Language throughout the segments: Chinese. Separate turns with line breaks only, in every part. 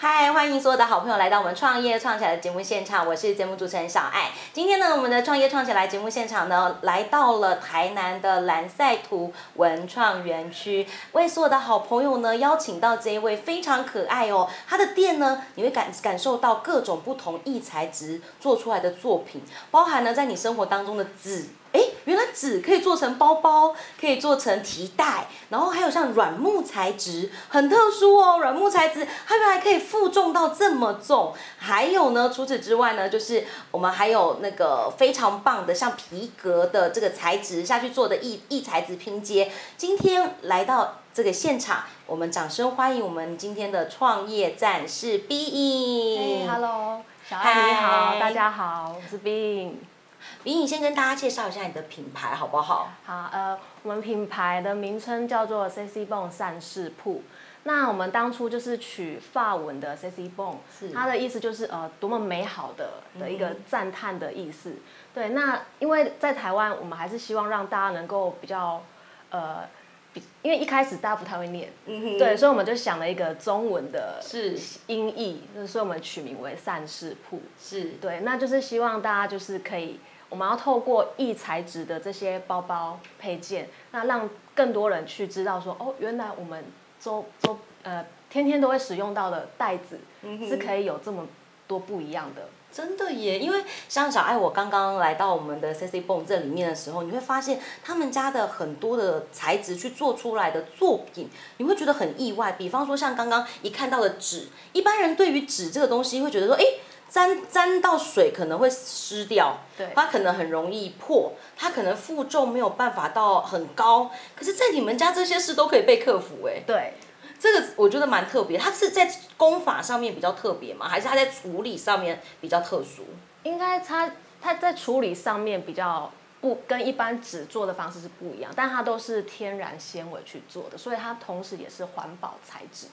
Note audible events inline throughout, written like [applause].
欢迎所有的好朋友来到我们创业创起来的节目现场，我是节目主持人小爱。今天呢，我们的创业创起来节目现场呢，来到了台南的蓝赛图文创园区，为所有的好朋友呢，邀请到这一位非常可爱哦，他的店呢，你会感感受到各种不同异材质做出来的作品，包含呢在你生活当中的纸。诶，原来纸可以做成包包，可以做成提袋，然后还有像软木材质，很特殊哦。软木材质它原来可以负重到这么重。还有呢，除此之外呢，就是我们还有那个非常棒的像皮革的这个材质下去做的异异材质拼接。今天来到这个现场，我们掌声欢迎我们今天的创业战士 B
嘿
E。
Hello，小爱你好
嗨，
大家好，我是 Bing。
B 你先跟大家介绍一下你的品牌好不好？
好，呃，我们品牌的名称叫做 CC Bone 散饰铺。那我们当初就是取法文的 CC Bone，
是
它的意思就是呃多么美好的的一
嗯
个赞叹的意思。对，那因为在台湾，我们还是希望让大家能够比较呃，比因为一开始大家不太会念，
嗯哼
对，所以我们就想了一个中文的
是
音译，就是所以我们取名为散饰铺。
是
对，那就是希望大家就是可以，我们要透过异材质的这些包包配件，那让更多人去知道说，哦，原来我们周周呃天天都会使用到的袋子，是可以有这么多不一样的。
真的耶，因为像小爱，我刚刚来到我们的 C C Bone 这里面的时候，你会发现他们家的很多的材质去做出来的作品，你会觉得很意外。比方说像刚刚一看到的纸，一般人对于纸这个东西会觉得说，哎，沾沾到水可能会湿掉，
对
它可能很容易破，它可能负重没有办法到很高。可是，在你们家这些事都可以被克服，哎，
对，
这个我觉得蛮特别。它是在功法上面比较特别吗？还是它在处理上面比较特殊？
应该它它在处理上面比较。不跟一般纸做的方式是不一样，但它都是天然纤维去做的，所以它同时也是环保材质，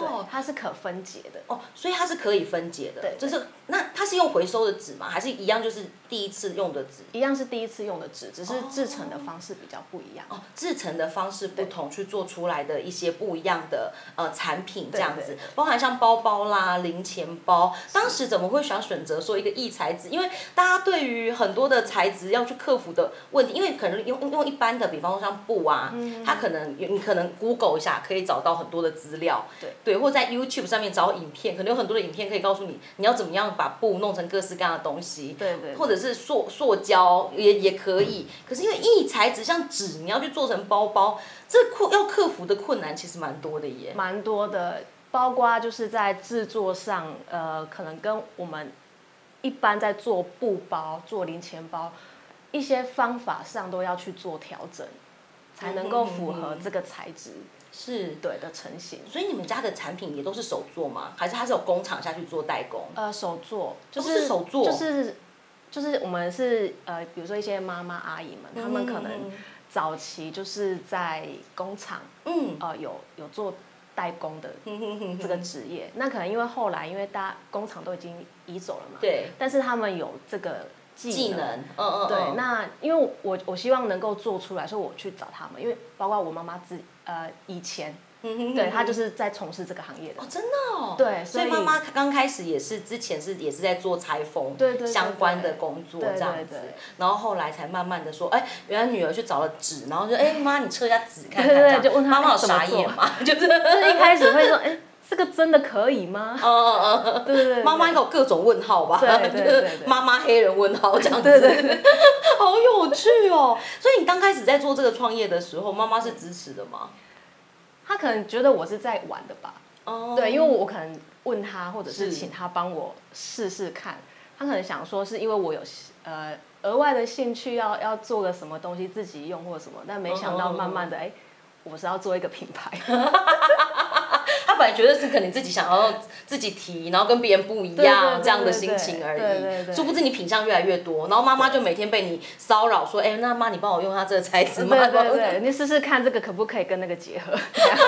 对
哦，
它是可分解的。
哦，所以它是可以分解的，
对对
就是那它是用回收的纸吗？还是一样就是第一次用的纸？
一样是第一次用的纸，只是制成的方式比较不一样。
哦，制成的方式不同，去做出来的一些不一样的呃产品这样
对
子
对，
包含像包包啦、零钱包，当时怎么会想选择说一个异材质？因为大家对于很多的材质要去克服的问题，因为可能用用一般的，比方说像布啊，
嗯
它可能你可能 Google 一下可以找到很多的资料，
对
对，或在 YouTube 上面找影片，可能有很多的影片可以告诉你你要怎么样把布弄成各式各样的东西，
对对对
或者是塑塑胶也也可以，可是因为异材质像纸，你要去做成包包，这困要克服的困难其实蛮多的耶。
蛮多的，包括就是在制作上，呃，可能跟我们一般在做布包、做零钱包一些方法上都要去做调整，才能够符合这个材质
是，
对的成型。
所以你们家的产品也都是手做吗？还是它是有工厂下去做代工？
呃，手做就
都是手做
就是就是我们是呃，比如说一些妈妈阿姨们，她们
嗯
可能早期就是在工厂
嗯，
呃有有做代工的
嗯 [laughs]
这个职业。那可能因为后来因为大家工厂都已经移走了嘛，，
对
但是他们有这个技能。
技能，嗯嗯，
对，
嗯
那因为我我希望能够做出来，所以我去找他们，因为包括我妈妈自呃以前，
[laughs]
对她就是在从事这个行业的
嗯哦，，真的哦，
对
所
所以
以妈妈刚开始也是之前是也是在做裁缝
对对对
相关的工作
对对
这样
对
子
对，
然后后来才慢慢的说，哎，原来女儿去找了纸，然后就哎妈，你测一下纸看看，
对对
这
对
样
就问她
妈妈有
哎怎么
傻眼
做
嘛， [laughs] 就是
就是一开始会说，哎，这个真的可以吗？
哦哦哦，
对对对对，
妈妈应该有各种问号吧？
对对对对
就是妈妈黑人问号这样子，
对对
[laughs] 好有趣哦。所以你刚开始在做这个创业的时候，妈妈是支持的吗？
她可能觉得我是在玩的吧，
哦，
对，因为我可能问他，或者
是
是请他帮我试试看。他可能想说，是因为我有呃额外的兴趣要要做个什么东西自己用或什么，但没想到
嗯嗯嗯
慢慢的，哎、我是要做一个品
[laughs]
牌，
他本来觉得是可能自己想要自己提，然后跟别人不一
对对
样
对
这样的心情而
对对
已。
对
殊不知你品相越来越多，然后妈妈就每天被你骚扰说：“哎，那妈你帮我用它这个材质吗
对？”对对，你试试看这个可不可以跟那个结
[laughs]
合？这样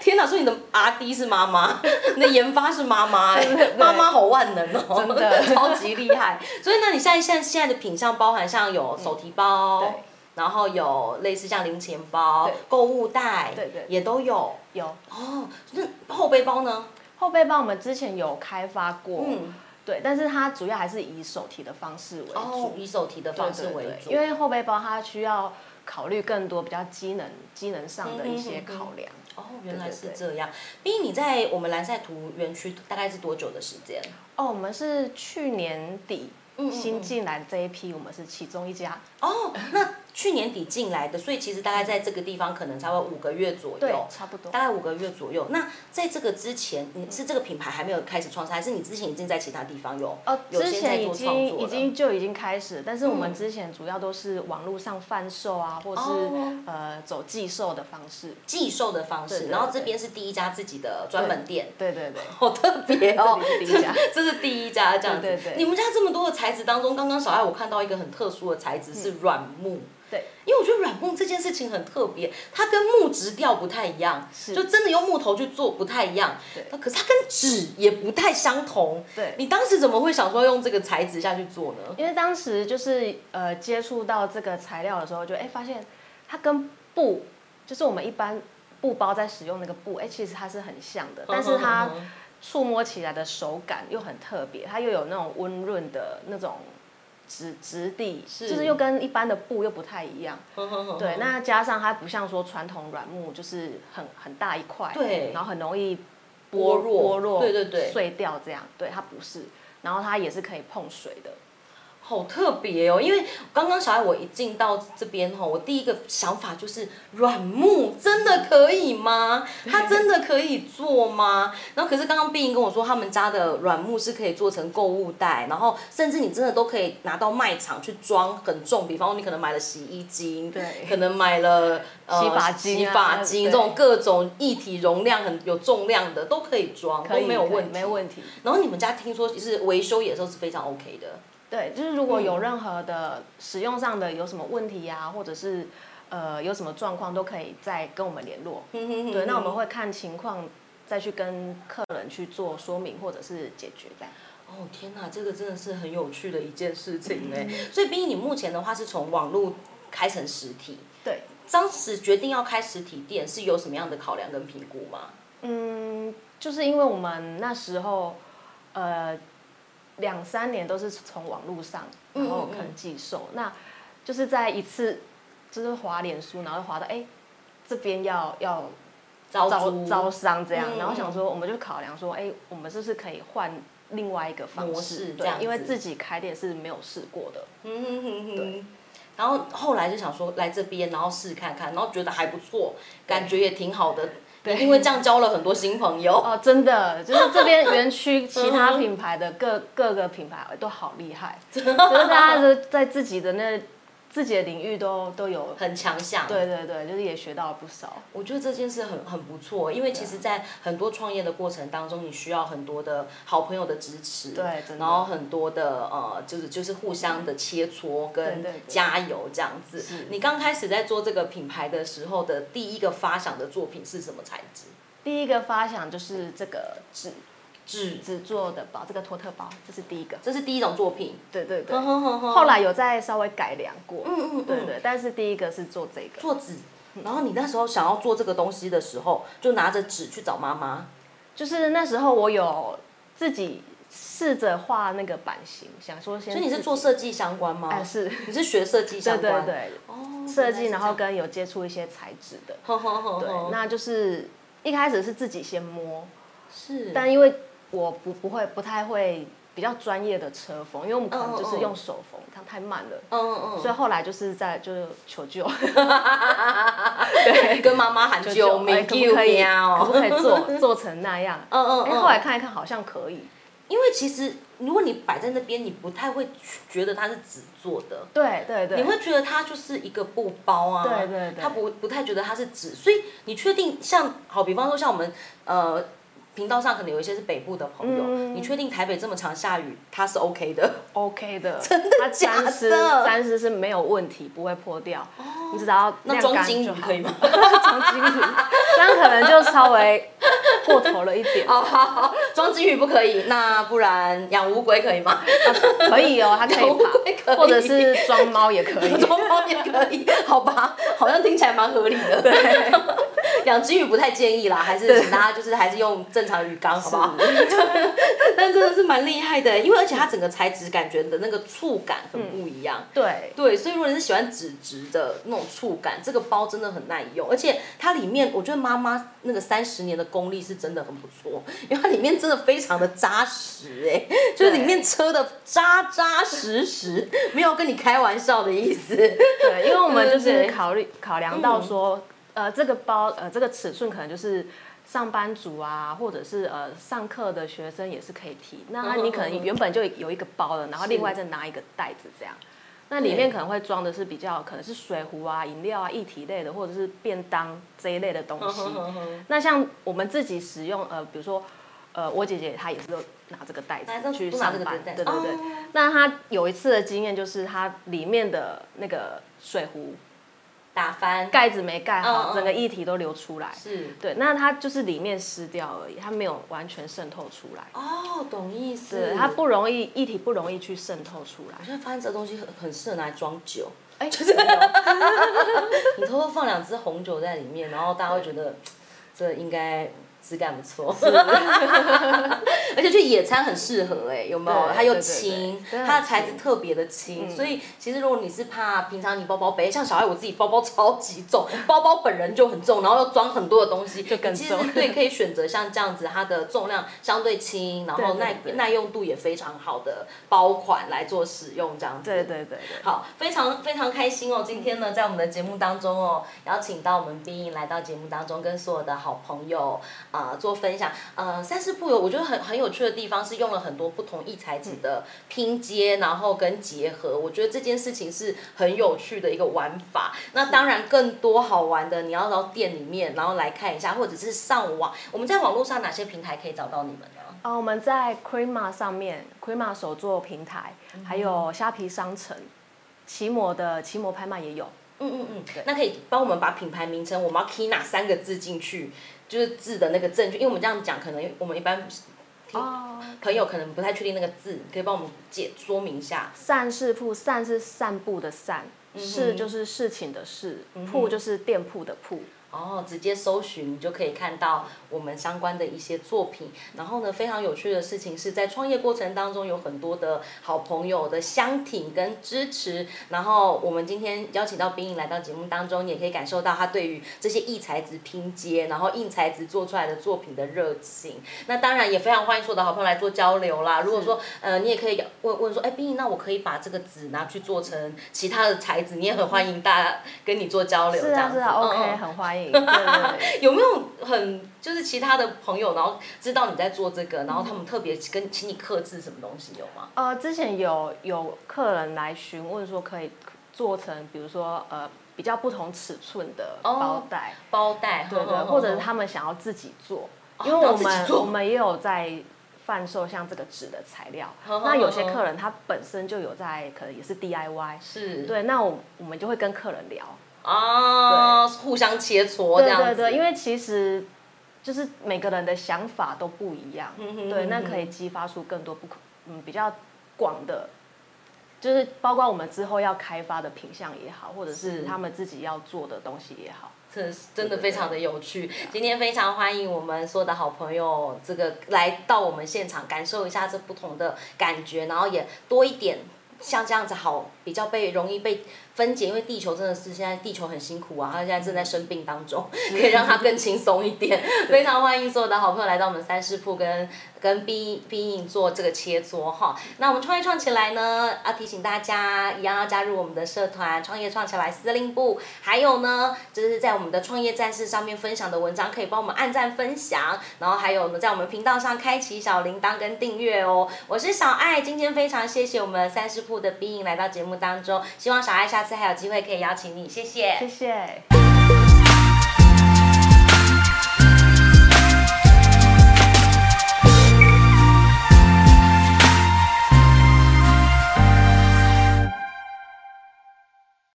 天哪！所以你的 R D 是妈
[laughs]
妈，你的研发是妈妈、哎妈妈好万能哦，
真的
[laughs] 超级厉害。所以那你现在现在现在的品相包含像有手提包，
对
然后有类似像零钱包
对、
购物袋，
对对
也都有。
有
哦，那后背包呢？
后背包我们之前有开发过，
嗯，
对，但是它主要还是以手提的方式为主，
哦，以手提的
对
方式
对
为
对
主，
因为后背包它需要考虑更多比较机能、机能上的一些
嗯哼嗯哼
考量。
哦，原来
对对
是
对
这样。毕竟你在我们蓝赛图园区大概是多久的时间？
哦，我们是去年底
嗯嗯嗯
新进来这一批，我们是其中一家，
哦，那去年底进来的，所以其实大概在这个地方可能才会五个月左
对
右，，
差不多
大。概五个月左右。那在这个之前，你是这个品牌还没有开始创造，还是你之前已经在其他地方有？
哦，
有
之
些在
前已
做创
经
作
已
了
经就已经开始，但是我们
嗯
之前主要都是网络上贩售啊，或是、
哦
呃走寄售的方式。
寄售的方式，
对对
然后这
对
边是第一家自己的专门店，
对对对，
好特别 [laughs] 哦，
这里是第一家
[laughs] 这这是第一家这样子。
对对对
你们家这么多的材质当中，刚刚小爱我看到一个很特殊的材质是软木。
对，
因为我觉得软木这件事情很特别，它跟木质调不太一样，
是
就真的用木头去做不太一样。
对
那可是它跟纸也不太相同。
对
你当时怎么会想说用这个材质下去做呢？
因为当时就是呃接触到这个材料的时候就，哎发现它跟布，就是我们一般布包在使用那个布，哎其实它是很像的，但是
[laughs] 嗯
它触摸起来的手感又很特别，它又有那种温润的那种质质地，
是哦
就是又跟一般的布又不太一样。对，
对
那加上它不像说传统软木就是很很大一块，
对
然后很容易
剥落
剥落，
对对对
碎掉这样，对它不是，然后它也是可以碰水的，
好特别哦，因为刚刚小爱我一进到这边吼，我第一个想法就是软木真的可以吗？它真的可以做吗？然后可是刚刚碧莹跟我说，他们家的软木是可以做成购物袋，然后甚至你真的都可以拿到卖场去装很重，比方说你可能买了洗衣精，
对
可能买了呃
洗发精啊
洗发精
对
这种各种一体容量很有重量的都可以装，
可
哦都
以
没有
可以
问题，
没问题。
然后你们家听说是维修也都是非常 OK 的。
对，就是如果
嗯
有任何的使用上的有什么问题啊，或者是呃有什么状况，都可以再跟我们联络。
[laughs]
对，
对
那我们会看情况再去跟客人去做说明或者是解决这样。
哦天哪，这个真的是很有趣的一件事
嗯
情哎。所以，毕竟你目前的话是从网络开成实体，
对，
当时决定要开实体店是有什么样的考量跟评估吗？
嗯，就是因为我们那时候呃两三年都是从网络上，
嗯
然后可能寄售，那就是在一次就是滑脸书，然后滑到哎、这边要要
招
招
租
招商这样，
嗯
然后想说我们就考量说，哎、我们是不是可以换另外一个方
模式
式？
这
对
样，子
因为自己开店是没有试过的。
嗯哼哼哼
对
然后后来就想说来这边，然后试看看，然后觉得还不错，感觉也挺好的。
对
因为这样交了很多新朋友。
哦，真的，就是这边
[laughs]
园区其
嗯
他品牌的各各个品牌都好厉害， [laughs] 就是大家都在自己的那自己的领域都都有，
很强项，
对对对，就是也学到了不少。
我觉得这件事很很不错，因为其实，在很多创业的过程当中，你需要很多的好朋友的支持，
对真的
然后很多的呃，就是就是互相的切磋
对
跟
对对
加油这样子。
是
你刚开始在做这个品牌的时候的第一个发想的作品是什么材质？
第一个发想就是这个纸
纸，
纸做的包，这个托特包，这是第一个。
这是第一种作品。嗯
对对对，后
后
来有再稍微改良过，
哦嗯嗯嗯
对对，但是第一个是做这个，
做纸，然后你那时候想要做这个东西的时候，就拿着纸去找妈妈。
就是那时候我有自己试着画那个版型，想说先
所以你是
自己
做设计相关吗？
哎是，
你是学设计
对
相
对
关？
对，
哦，
设计，
原来是这
然
样哦
后跟有接触一些材质的，
吼吼吼
对
吼，
那就是一开始是自己先摸，
是，
但因为我不不会不太会比较专业的车缝，因为我们可
哦
能就是用手缝，它太慢了，
嗯 [laughs] 嗯
所以后来就是在就是求救，
嗯，跟妈妈喊救
哎
命，
可不
救
可以
命啊！
可不可以做
[laughs] 嗯
做成那样？
嗯嗯，
哎，后来看一看好像可以，
因为其实如果你摆在那边，你不太会觉得它是纸做的。
对对对，
你会觉得它就是一个布包啊，
对对对
它不不太觉得它是纸，所以你确定像好，比方说像我们呃频道上可能有一些是北部的朋友，
嗯
你确定台北这么常下雨，它是 OK 的？
OK 的，真的它
假
沾湿
的哦
沾湿是没有问题，不会破掉。你只要
那
晾
装
干
金鱼
就好
可以吗？ [laughs]
[laughs] 装金鱼，这样可能就稍微过头了一点。
哦，好好，装金鱼不可以，那不然养乌龟可以吗？
可以哦，它可
乌
以
龟可
爬，
以
或者是
[laughs]
装 [laughs] 猫也可以。
装猫也可以，好吧？好像听起来蛮合理的。对，养殖鱼不太建议啦，还是请大家就是还是用正常鱼缸，好不好？但真的是蛮厉害的，因为而且它整个材质感觉的那个触感很不一样。
对，
对，所以如果你是喜欢纸质的那种触感，这个包真的很耐用，而且它里面我觉得妈妈那个三十年的功力是真的很不错，因为它里面真的非常的扎实、欸，哎，就是里面车的扎扎实实，没有跟你开玩笑的意思。
对，因为我们就
对对
是嗯
对
考虑考量到说，呃，这个包呃这个尺寸可能就是上班族啊，或者是呃上课的学生也是可以提。那啊
嗯嗯
你可
嗯
能原本就有一个包了，然后另外再拿一个袋子这样。那里面可能会装的是比较可能是水壶啊、饮料啊、液体类的，或者是便当这一类的东西。那像我们自己使用，呃，比如说，呃，我姐姐她也是都拿这个袋
拿这
子去
都拿
上
这个
班，
袋
对
子
对对
哦。
那她有一次的经验就是，她里面的那个水壶
打翻
盖子没盖
嗯
好，
嗯
整个液体都流出来。
是
对，那它就是里面湿掉而已，它没有完全渗透出来。
哦，懂意思。
对，它不容易，液体不容易去渗透出来
我。现在发现这个东西很很适合拿来装酒， [laughs]
哎，就是有
你偷偷放两支红酒在里面，然后大家会觉得这应该质感不错， [laughs] 而且去野餐很适合哎、有没有？
对
它又
对对
轻
对，对
它
很
的材质
轻嗯
特别的轻，所以其实如果你是怕平常你包包背，像小爱我自己包包超级重，包包本人就很重，然后又装很多的东西，就
更
其实
重
对，可以选择像这样子，它的重量相对轻，然
对
后
对
耐
对
耐用度也非常好的包款来做使用这样子。
对对对对。
好，非常非常开心哦！今天呢，在我们的节目当中哦，邀请到我们冰莹来到节目当中，跟所有的好朋友啊、呃做分享。呃，三四步有我觉得很很有趣的地方是用了很多不同异材质的拼接，然后跟结合，我觉得这件事情是很有趣的一个玩法。那当然更多好玩的，你要到店里面然后来看一下，或者是上网。我们在网络上哪些平台可以找到你们呢？
哦，我们在 Crema 上面，Crema 手作平台，还有
嗯
虾皮商城，奇摩的奇摩拍卖也有。
嗯嗯嗯，那可以帮我们把品牌名称，我们要 key 哪三个字进去，就是字的那个证据，因为我们这样讲，可能我们一般
哦，
朋友可能不太确定那个字，可以帮我们解说明一下。
散是铺，散是散步的散，事就是事情的事，铺就是店铺的铺。
哦，直接搜寻你就可以看到我们相关的一些作品。然后呢，非常有趣的事情是在创业过程当中有很多的好朋友的相挺跟支持。然后我们今天邀请到冰莹来到节目当中，你也可以感受到她对于这些异材质拼接，然后硬材质做出来的作品的热情。那当然也非常欢迎所有的好朋友来做交流啦。如果说
嗯
呃你也可以问问说，哎，冰莹，那我可以把这个纸拿去做成其他的材质，你也很欢迎大家跟你做交流。
是
这
啊
样
是
子
啊
嗯
，OK，
嗯
很欢 [laughs] 迎。对对对
有没有很就是其他的朋友，然后知道你在做这个，然后他们特别跟请你克制什么东西有吗？
呃，之前有有客人来询问说可以做成，比如说呃比较不同尺寸的包袋，
包袋，
对对，或者是他们想要自己做，因为
然后
我
自己
们
做
我们也有在贩售像这个纸的材料，
呵呵
那有些
呵呵
客人他本身就有在可能也是 DIY，
是
对，那我我们就会跟客人聊，
啊，互相切磋这
对
样子，
对对，因为其实。就是每个人的想法都不一样，
哼
对，
嗯
那
哼
可以激发出更多不可嗯比较广的，就是包括我们之后要开发的品相也好，或者
是
是他们自己要做的东西也好，
真的是真的非常的有趣。今天非常欢迎我们所有的好朋友，这个来到我们现场，感受一下这不同的感觉，然后也多一点。像这样子好，比较被容易被分解，因为地球真的是现在地球很辛苦啊，它现在正在生病当中，可以让它更轻松一点。非常欢迎所有的好朋友来到我们三师铺跟跟 B B 影做这个切磋哈。那我们创业创起来呢，要提醒大家一样要加入我们的社团创业创起来司令部，还有呢就是在我们的创业战士上面分享的文章，可以帮我们按赞分享，然后还有呢在我们频道上开启小铃铛跟订阅哦。我是小爱，今天非常谢谢我们三师铺的 B 影来到节目当中，希望小爱下次还有机会可以邀请你，谢谢
谢谢。